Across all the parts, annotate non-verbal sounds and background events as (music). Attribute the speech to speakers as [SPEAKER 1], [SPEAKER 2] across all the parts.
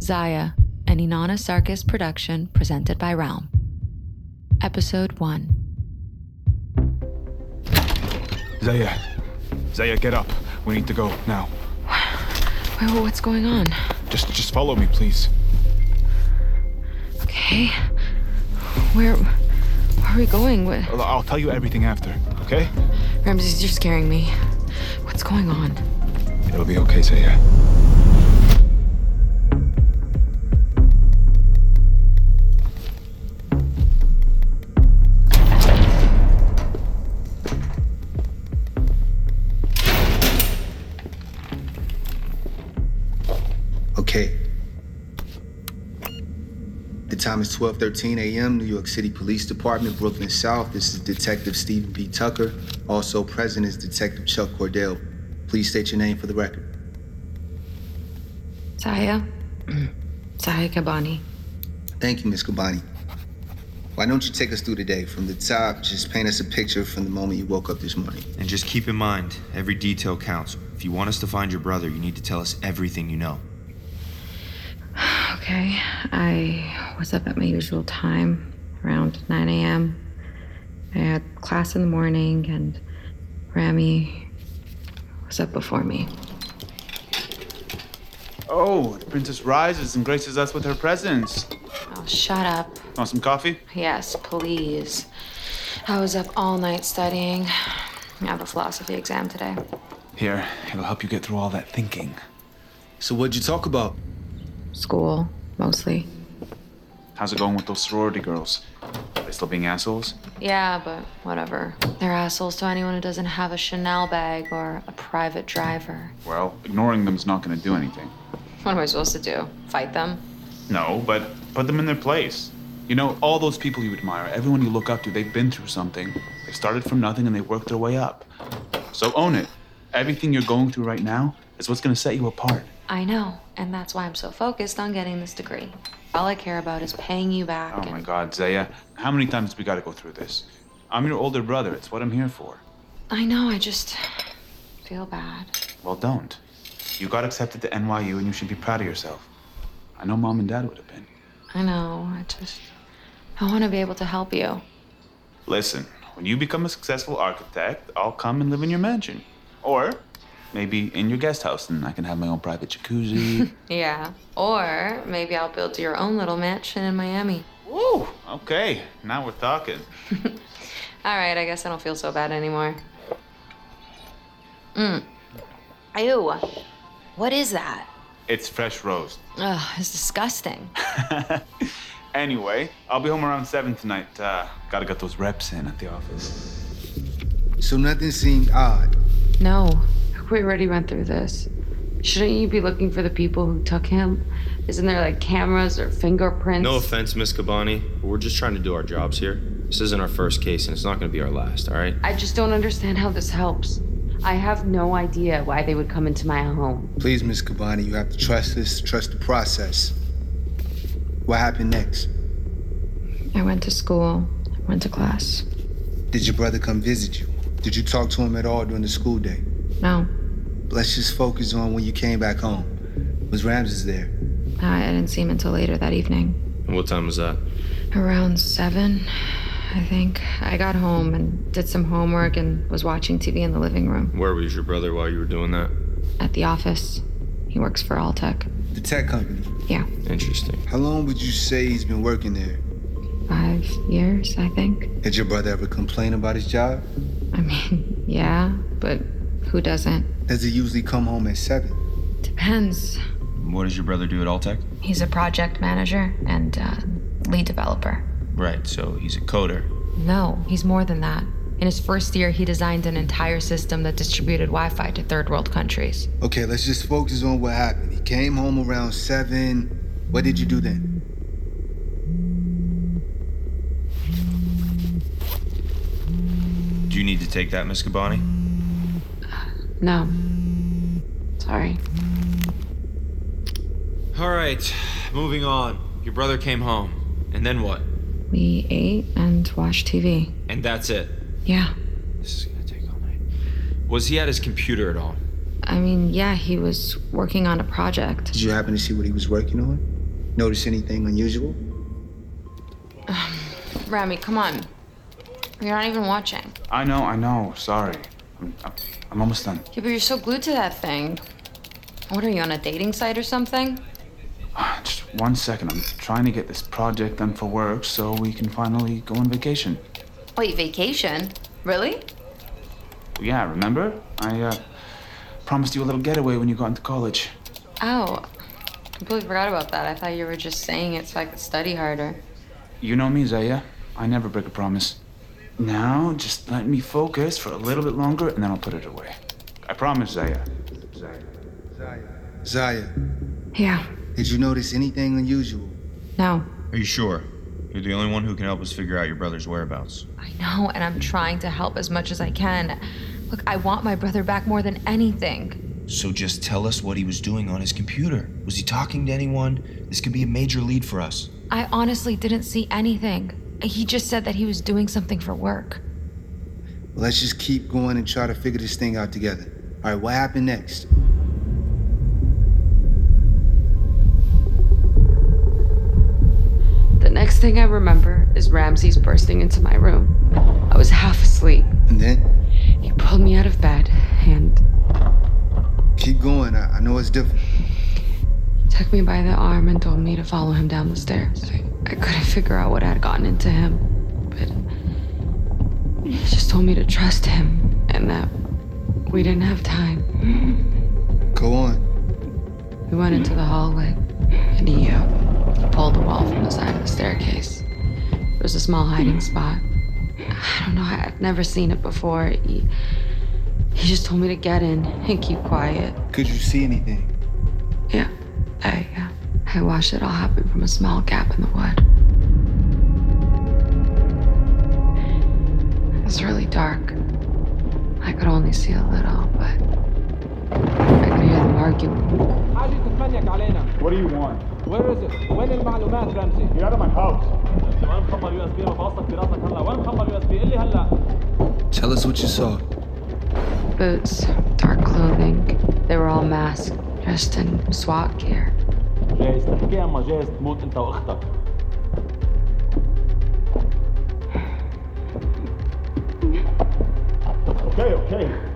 [SPEAKER 1] Zaya, an Inanna Sarkis production presented by Realm. Episode 1.
[SPEAKER 2] Zaya. Zaya, get up. We need to go now.
[SPEAKER 1] Whoa, what's going on?
[SPEAKER 2] Just just follow me, please.
[SPEAKER 1] Okay. Where, where are we going? What,
[SPEAKER 2] I'll, I'll tell you everything after, okay?
[SPEAKER 1] Ramses, you're scaring me. What's going on?
[SPEAKER 2] It'll be okay, Zaya.
[SPEAKER 3] Okay. The time is 12:13 a.m. New York City Police Department, Brooklyn South. This is Detective Stephen P. Tucker. Also present is Detective Chuck Cordell. Please state your name for the record.
[SPEAKER 1] Zaya? (clears throat) Zaya Kabani.
[SPEAKER 3] Thank you, Ms. Kabani. Why don't you take us through the day from the top? Just paint us a picture from the moment you woke up this morning.
[SPEAKER 4] And just keep in mind, every detail counts. If you want us to find your brother, you need to tell us everything you know.
[SPEAKER 1] Okay, I was up at my usual time, around 9 a.m. I had class in the morning, and Rami was up before me.
[SPEAKER 5] Oh, the princess rises and graces us with her presence.
[SPEAKER 1] Oh, shut up.
[SPEAKER 5] Want some coffee?
[SPEAKER 1] Yes, please. I was up all night studying. I have a philosophy exam today.
[SPEAKER 5] Here, it'll help you get through all that thinking.
[SPEAKER 3] So what'd you talk about?
[SPEAKER 1] School, mostly.
[SPEAKER 5] How's it going with those sorority girls? Are they still being assholes?
[SPEAKER 1] Yeah, but whatever. They're assholes to anyone who doesn't have a Chanel bag or a private driver.
[SPEAKER 5] Well, ignoring them's not gonna do anything.
[SPEAKER 1] What am I supposed to do? Fight them?
[SPEAKER 5] No, but put them in their place. You know, all those people you admire, everyone you look up to, they've been through something. They started from nothing and they worked their way up. So own it. Everything you're going through right now is what's gonna set you apart.
[SPEAKER 1] I know, and that's why I'm so focused on getting this degree. All I care about is paying you back.
[SPEAKER 5] Oh my
[SPEAKER 1] and-
[SPEAKER 5] god, Zaya, how many times we gotta go through this? I'm your older brother, it's what I'm here for.
[SPEAKER 1] I know, I just feel bad.
[SPEAKER 5] Well, don't. You got accepted to NYU and you should be proud of yourself. I know mom and dad would have been.
[SPEAKER 1] I know, I just. I want to be able to help you.
[SPEAKER 5] Listen, when you become a successful architect, I'll come and live in your mansion. Or maybe in your guest house and I can have my own private jacuzzi.
[SPEAKER 1] Yeah. Or maybe I'll build your own little mansion in Miami.
[SPEAKER 5] (laughs) Woo! Okay, now we're talking.
[SPEAKER 1] All right, I guess I don't feel so bad anymore. Mm. Ew. What is that?
[SPEAKER 5] It's fresh roast.
[SPEAKER 1] Ugh, it's disgusting.
[SPEAKER 5] Anyway, I'll be home around 7 tonight. Uh, gotta get those reps in at the office.
[SPEAKER 3] So nothing seemed odd.
[SPEAKER 1] No, we already went through this. Shouldn't you be looking for the people who took him? Isn't there like cameras or fingerprints?
[SPEAKER 4] No offense, Miss Cabani, but we're just trying to do our jobs here. This isn't our first case, and it's not going to be our last, all right?
[SPEAKER 1] I just don't understand how this helps. I have no idea why they would come into my home.
[SPEAKER 3] Please, Miss Cabani, you have to trust this, trust the process. What happened next?
[SPEAKER 1] I went to school, I went to class.
[SPEAKER 3] Did your brother come visit you? Did you talk to him at all during the school day?
[SPEAKER 1] No,
[SPEAKER 3] Let's just focus on when you came back home. Was Ramses there?
[SPEAKER 1] I didn't see him until later that evening.
[SPEAKER 4] And what time was that?
[SPEAKER 1] Around seven, I think. I got home and did some homework and was watching TV in the living room
[SPEAKER 4] Where was your brother while you were doing that?
[SPEAKER 1] at the office. He works for Alltech.
[SPEAKER 3] The tech company.
[SPEAKER 1] Yeah,
[SPEAKER 4] Interesting.
[SPEAKER 3] How long would you say he's been working there?
[SPEAKER 1] five years, I think.
[SPEAKER 3] Did your brother ever complain about his job?
[SPEAKER 1] I mean, (laughs) yeah, but who doesn't?
[SPEAKER 3] Does he usually come home at seven?
[SPEAKER 1] Depends.
[SPEAKER 4] What does your brother do at Alltech?
[SPEAKER 1] He's a project manager and uh, lead developer.
[SPEAKER 4] Right, so he's a coder.
[SPEAKER 1] No, he's more than that. In his first year, he designed an entire system that distributed Wi Fi to third world countries.
[SPEAKER 3] Okay, let's just focus on what happened. He came home around seven. What did you do then?
[SPEAKER 4] Do you need to take that, Miss Cabani?
[SPEAKER 1] No. Sorry.
[SPEAKER 4] All right, moving on. Your brother came home. And then what?
[SPEAKER 1] We ate and watched TV.
[SPEAKER 4] And that's it.
[SPEAKER 1] Yeah.
[SPEAKER 4] This is going to take all night. Was he at his computer at all?
[SPEAKER 1] I mean, yeah, he was working on a project.
[SPEAKER 3] Did you happen to see what he was working on? Notice anything unusual?
[SPEAKER 1] Rami, come on. You're not even watching.
[SPEAKER 5] I know, I know. Sorry. I'm, I'm, I'm almost done.
[SPEAKER 1] Yeah, but you're so glued to that thing. What are you on a dating site or something?
[SPEAKER 5] Ah, Just one second. I'm trying to get this project done for work so we can finally go on vacation.
[SPEAKER 1] Wait, vacation? Really?
[SPEAKER 5] Yeah, remember? I uh, promised you a little getaway when you got into college.
[SPEAKER 1] Oh, completely forgot about that. I thought you were just saying it so I could study harder.
[SPEAKER 5] You know me, Zaya. I never break a promise. Now, just let me focus for a little bit longer and then I'll put it away. I promise, Zaya. Zaya.
[SPEAKER 3] Zaya,
[SPEAKER 1] Yeah.
[SPEAKER 3] did you notice anything unusual?
[SPEAKER 1] No.
[SPEAKER 4] Are you sure? You're the only one who can help us figure out your brother's whereabouts.
[SPEAKER 1] I know, and I'm trying to help as much as I can. Look, I want my brother back more than anything.
[SPEAKER 4] So just tell us what he was doing on his computer. Was he talking to anyone? This could be a major lead for us.
[SPEAKER 1] I honestly didn't see anything. He just said that he was doing something for work.
[SPEAKER 3] Let's just keep going and try to figure this thing out together. All right, what happened next?
[SPEAKER 6] The next thing I remember is Ramses bursting into my room. I was half asleep.
[SPEAKER 3] And then
[SPEAKER 6] He pulled me out of bed and
[SPEAKER 3] keep going. I, I know it's different.
[SPEAKER 6] took me by the arm and told me to follow him down the stairs. I, I couldn't figure out what had gotten into him, but he just told me to trust him and that we didn't have time.
[SPEAKER 3] Go on.
[SPEAKER 6] We went into the hallway and he, uh, he pulled the wall from the side of the staircase. It was a small hiding spot. I don't know, I- I've never seen it before. He, he just told me to get in and keep quiet.
[SPEAKER 3] Could you see anything?
[SPEAKER 6] Yeah, I, uh, I watched it all happen from a small gap in the wood. It was really dark. I could only see a little, but I could hear them arguing.
[SPEAKER 7] حاجة تتمنيك علينا
[SPEAKER 5] What do you want?
[SPEAKER 7] وين رزق وين المعلومات رمزي
[SPEAKER 5] Get out of my house.
[SPEAKER 7] وين خبر يو اس بي بوثق براسك هلا وين خبر يو اس بي قل لي هلا
[SPEAKER 3] Tell us what you saw.
[SPEAKER 6] Boots, dark clothing. They were all masked, dressed in SWAT gear.
[SPEAKER 7] جايز تحكي اما جايز تموت انت واختك
[SPEAKER 5] Okay, okay.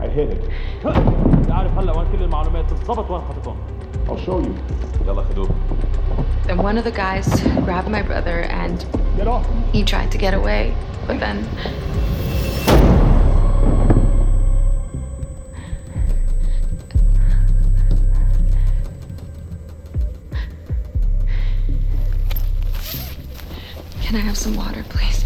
[SPEAKER 5] I hit it.
[SPEAKER 7] بتعرف هلا وين كل المعلومات بالضبط وين حطيتهم
[SPEAKER 5] I'll show you.
[SPEAKER 7] يلا خدوه
[SPEAKER 6] And one of the guys grabbed my brother and he tried to get away, but then Can I have some water, please?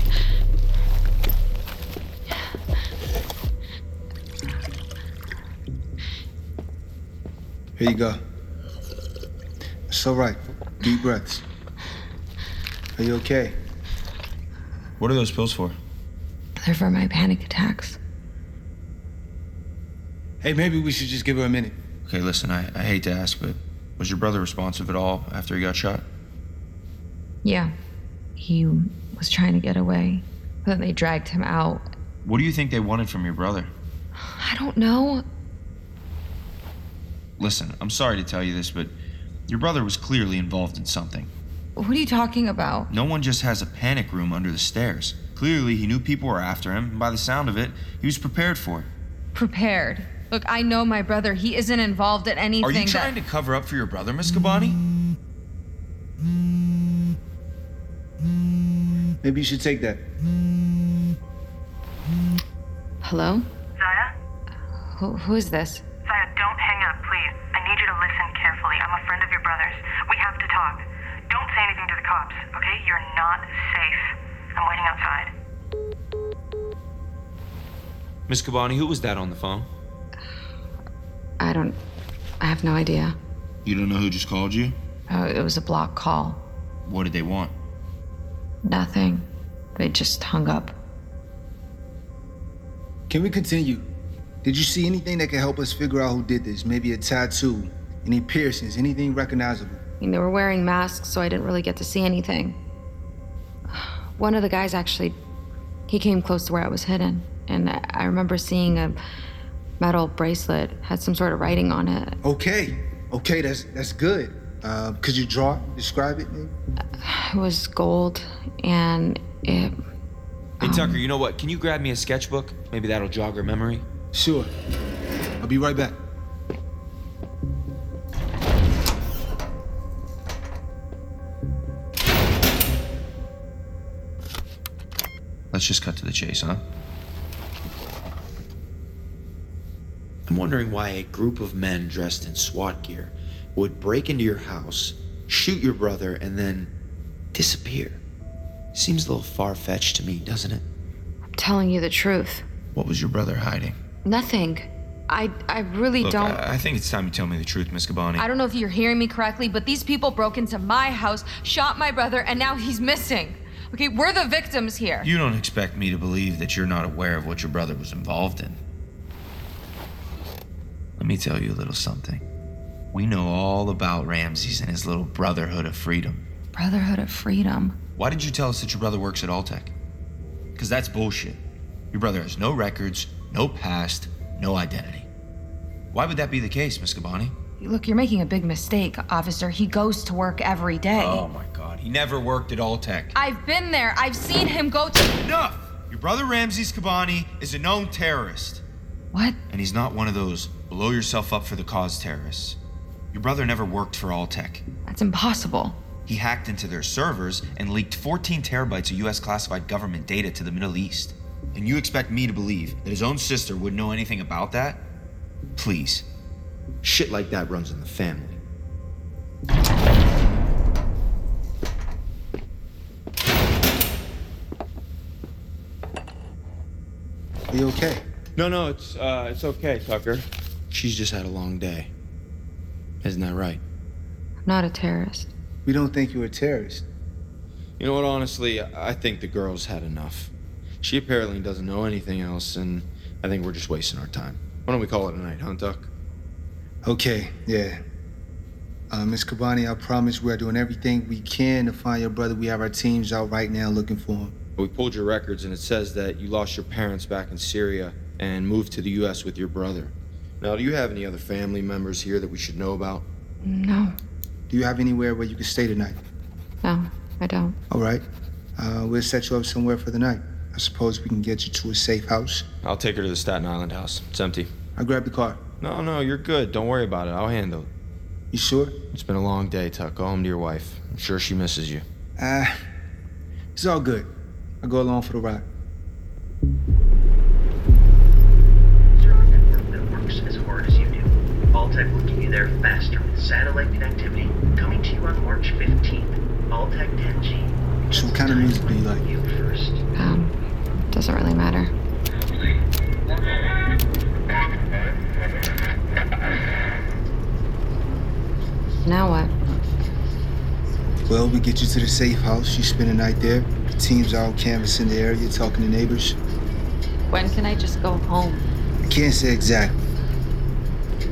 [SPEAKER 3] Here you go. It's all right. Deep breaths. Are you okay?
[SPEAKER 4] What are those pills for?
[SPEAKER 1] They're for my panic attacks.
[SPEAKER 3] Hey, maybe we should just give her a minute.
[SPEAKER 4] Okay, listen, I, I hate to ask, but was your brother responsive at all after he got shot?
[SPEAKER 1] Yeah. He was trying to get away. But then they dragged him out.
[SPEAKER 4] What do you think they wanted from your brother?
[SPEAKER 1] I don't know.
[SPEAKER 4] Listen, I'm sorry to tell you this, but your brother was clearly involved in something.
[SPEAKER 1] What are you talking about?
[SPEAKER 4] No one just has a panic room under the stairs. Clearly, he knew people were after him, and by the sound of it, he was prepared for it.
[SPEAKER 1] Prepared. Look, I know my brother. He isn't involved in anything.
[SPEAKER 4] Are you
[SPEAKER 1] that-
[SPEAKER 4] trying to cover up for your brother, Miss Gabani?
[SPEAKER 3] Maybe you should take that.
[SPEAKER 1] Hello?
[SPEAKER 8] Zaya?
[SPEAKER 1] Who, who is this?
[SPEAKER 8] Zaya, don't hang up, please. I need you to listen carefully. I'm a friend of your brother's. We have to talk. Don't say anything to the cops, okay? You're not safe. I'm waiting outside.
[SPEAKER 4] Miss Gabani, who was that on the phone?
[SPEAKER 1] I don't. I have no idea.
[SPEAKER 4] You don't know who just called you?
[SPEAKER 1] Oh, it was a block call.
[SPEAKER 4] What did they want?
[SPEAKER 1] Nothing. They just hung up.
[SPEAKER 3] Can we continue? Did you see anything that could help us figure out who did this? Maybe a tattoo, any piercings, anything recognizable?
[SPEAKER 1] I mean, they were wearing masks, so I didn't really get to see anything. One of the guys actually, he came close to where I was hidden, and I- I remember seeing a metal bracelet had some sort of writing on it.
[SPEAKER 3] Okay, okay, that's that's good. Uh, could you draw, it? describe it? maybe?
[SPEAKER 1] It was gold, and it
[SPEAKER 4] Hey, Tucker, you know what? Can you grab me a sketchbook? Maybe that'll jog her memory.
[SPEAKER 3] Sure. I'll be right back.
[SPEAKER 4] Let's just cut to the chase, huh?
[SPEAKER 9] I'm wondering why a group of men dressed in SWAT gear would break into your house, shoot your brother, and then disappear. Seems a little far fetched to me, doesn't it?
[SPEAKER 1] telling you the truth.
[SPEAKER 4] What was your brother hiding?
[SPEAKER 1] Nothing. I I really
[SPEAKER 4] Look,
[SPEAKER 1] don't.
[SPEAKER 4] I, I think it's time you tell me the truth, Miss Gabani.
[SPEAKER 1] I don't know if you're hearing me correctly, but these people broke into my house, shot my brother, and now he's missing. Okay, we're the victims here.
[SPEAKER 4] You don't expect me to believe that you're not aware of what your brother was involved in. Let me tell you a little something. We know all about Ramses and his little brotherhood of freedom.
[SPEAKER 1] Brotherhood of Freedom.
[SPEAKER 4] Why did you tell us that your brother works at Alltech? Because that's bullshit. Your brother has no records, no past, no identity. Why would that be the case, Miss Gabani?
[SPEAKER 1] Look, you're making a big mistake, officer. He goes to work every day.
[SPEAKER 4] Oh my god, he never worked at Alltech.
[SPEAKER 1] I've been there. I've seen him go to.
[SPEAKER 4] Enough! Your brother Ramses Kabani is a known terrorist.
[SPEAKER 1] What?
[SPEAKER 4] And he's not one of those blow yourself up for the cause terrorists. Your brother never worked for Alltech.
[SPEAKER 1] That's impossible.
[SPEAKER 4] He hacked into their servers and leaked 14 terabytes of US classified government data to the Middle East. And you expect me to believe that his own sister would know anything about that? Please.
[SPEAKER 9] Shit like that runs in the family.
[SPEAKER 3] Are you okay?
[SPEAKER 9] No, no, it's uh, it's okay, Tucker. She's just had a long day. Isn't that right?
[SPEAKER 1] I'm not a terrorist.
[SPEAKER 3] We don't think you're a terrorist.
[SPEAKER 9] You know what? Honestly, I think the girl's had enough. She apparently doesn't know anything else, and I think we're just wasting our time. Why don't we call it a night, huh, Tuck?
[SPEAKER 3] Okay, yeah. Uh, Miss Cabani, I promise we are doing everything we can to find your brother. We have our teams out right now looking for him.
[SPEAKER 9] We pulled your records, and it says that you lost your parents back in Syria and moved to the U.S. with your brother. Now, do you have any other family members here that we should know about?
[SPEAKER 1] No,
[SPEAKER 3] Do you have anywhere where you can stay tonight?
[SPEAKER 1] no, I don't.
[SPEAKER 3] All right. Uh, we'll set you up somewhere for the night. I suppose we can get you to a safe house.
[SPEAKER 9] I'll take her to the Staten Island house. It's empty.
[SPEAKER 3] I'll grab the car.
[SPEAKER 9] No, no, you're good. Don't worry about it. I'll handle it.
[SPEAKER 3] You sure?
[SPEAKER 9] It's been a long day, Tuck. Go home to your wife. I'm sure she misses you.
[SPEAKER 3] Uh, it's all good. I'll go along for the ride.
[SPEAKER 10] serving a group that works as hard as you do. Alltech will get you there faster with satellite connectivity coming to you on March 15th. Alltech 10G.
[SPEAKER 3] So what kind of music do you like?
[SPEAKER 10] You first.
[SPEAKER 1] Um, doesn't really matter. Now what?
[SPEAKER 3] Well, we get you to the safe house. You spend the night there. The team's out canvassing the area, talking to neighbors.
[SPEAKER 1] When can I just go home?
[SPEAKER 3] I can't say exactly.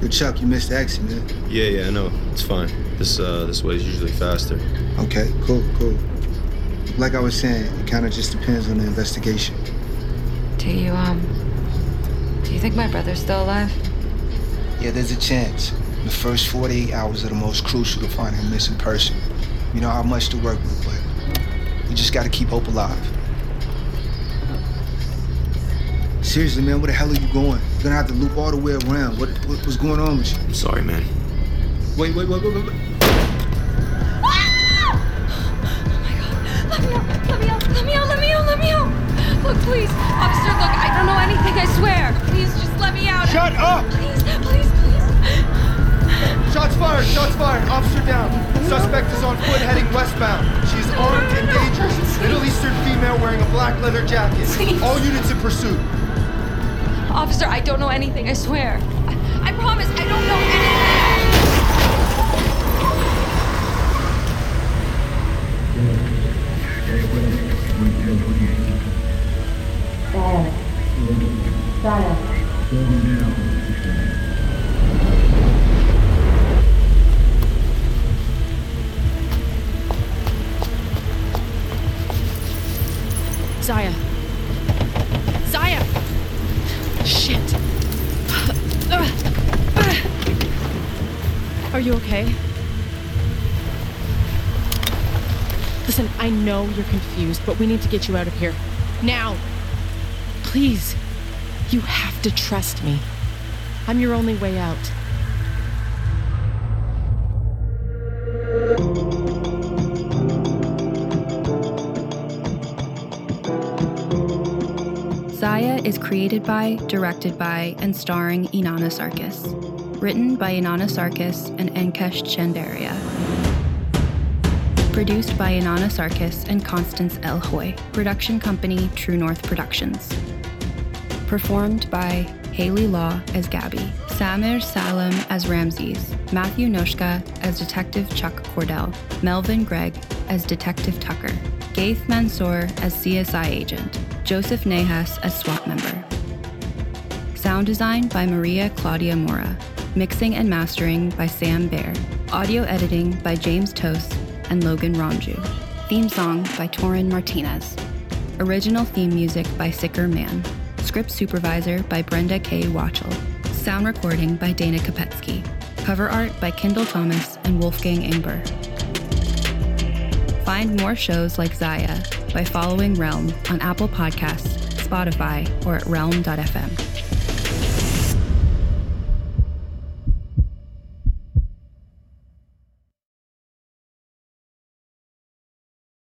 [SPEAKER 3] Yo, Chuck, you missed the exit, man.
[SPEAKER 9] Yeah, yeah, I know. It's fine. This uh, this way is usually faster.
[SPEAKER 3] Okay, cool, cool. Like I was saying, it kind of just depends on the investigation.
[SPEAKER 1] Do you, um. Do you think my brother's still alive?
[SPEAKER 3] Yeah, there's a chance. The first 48 hours are the most crucial to finding a missing person. You know how much to work with, but we just gotta keep hope alive. Seriously, man, where the hell are you going? You're gonna have to loop all the way around. What, what what's going on with you?
[SPEAKER 11] I'm sorry, man.
[SPEAKER 3] Wait, wait, wait, wait, wait. wait.
[SPEAKER 1] Let me out! Let me out! Let me out! Let me out! Look, please, officer. Look, I don't know anything. I swear. Please, just let me out.
[SPEAKER 4] Shut up!
[SPEAKER 1] Please, please, please.
[SPEAKER 4] Shots fired! Shots fired! Officer down! Suspect is on foot heading westbound. She is armed and dangerous. Middle Eastern female wearing a black leather jacket. All units in pursuit.
[SPEAKER 1] Officer, I don't know anything. I swear. I, I promise. I don't know anything.
[SPEAKER 8] Zaya. Zaya! Shit. Are you okay? Listen, I know you're confused, but we need to get you out of here. Now! Please! You have to trust me. I'm your only way out.
[SPEAKER 12] Zaya is created by, directed by, and starring Inanna Sarkis. Written by Inanna Sarkis and Ankesh Chandaria. Produced by Inanna Sarkis and Constance El Hoy. Production company True North Productions. Performed by Haley Law as Gabby, Samir Salam as Ramses, Matthew Noshka as Detective Chuck Cordell, Melvin Gregg as Detective Tucker, Gaith Mansour as CSI agent, Joseph Nehas as SWAT member. Sound design by Maria Claudia Mora, mixing and mastering by Sam Baer, audio editing by James Toast and Logan Ronju, theme song by Torin Martinez, original theme music by Sicker Man, script supervisor by Brenda K. Watchell, sound recording by Dana Kopetsky, cover art by Kendall Thomas and Wolfgang Ingber. Find more shows like Zaya by following Realm on Apple Podcasts, Spotify, or at realm.fm.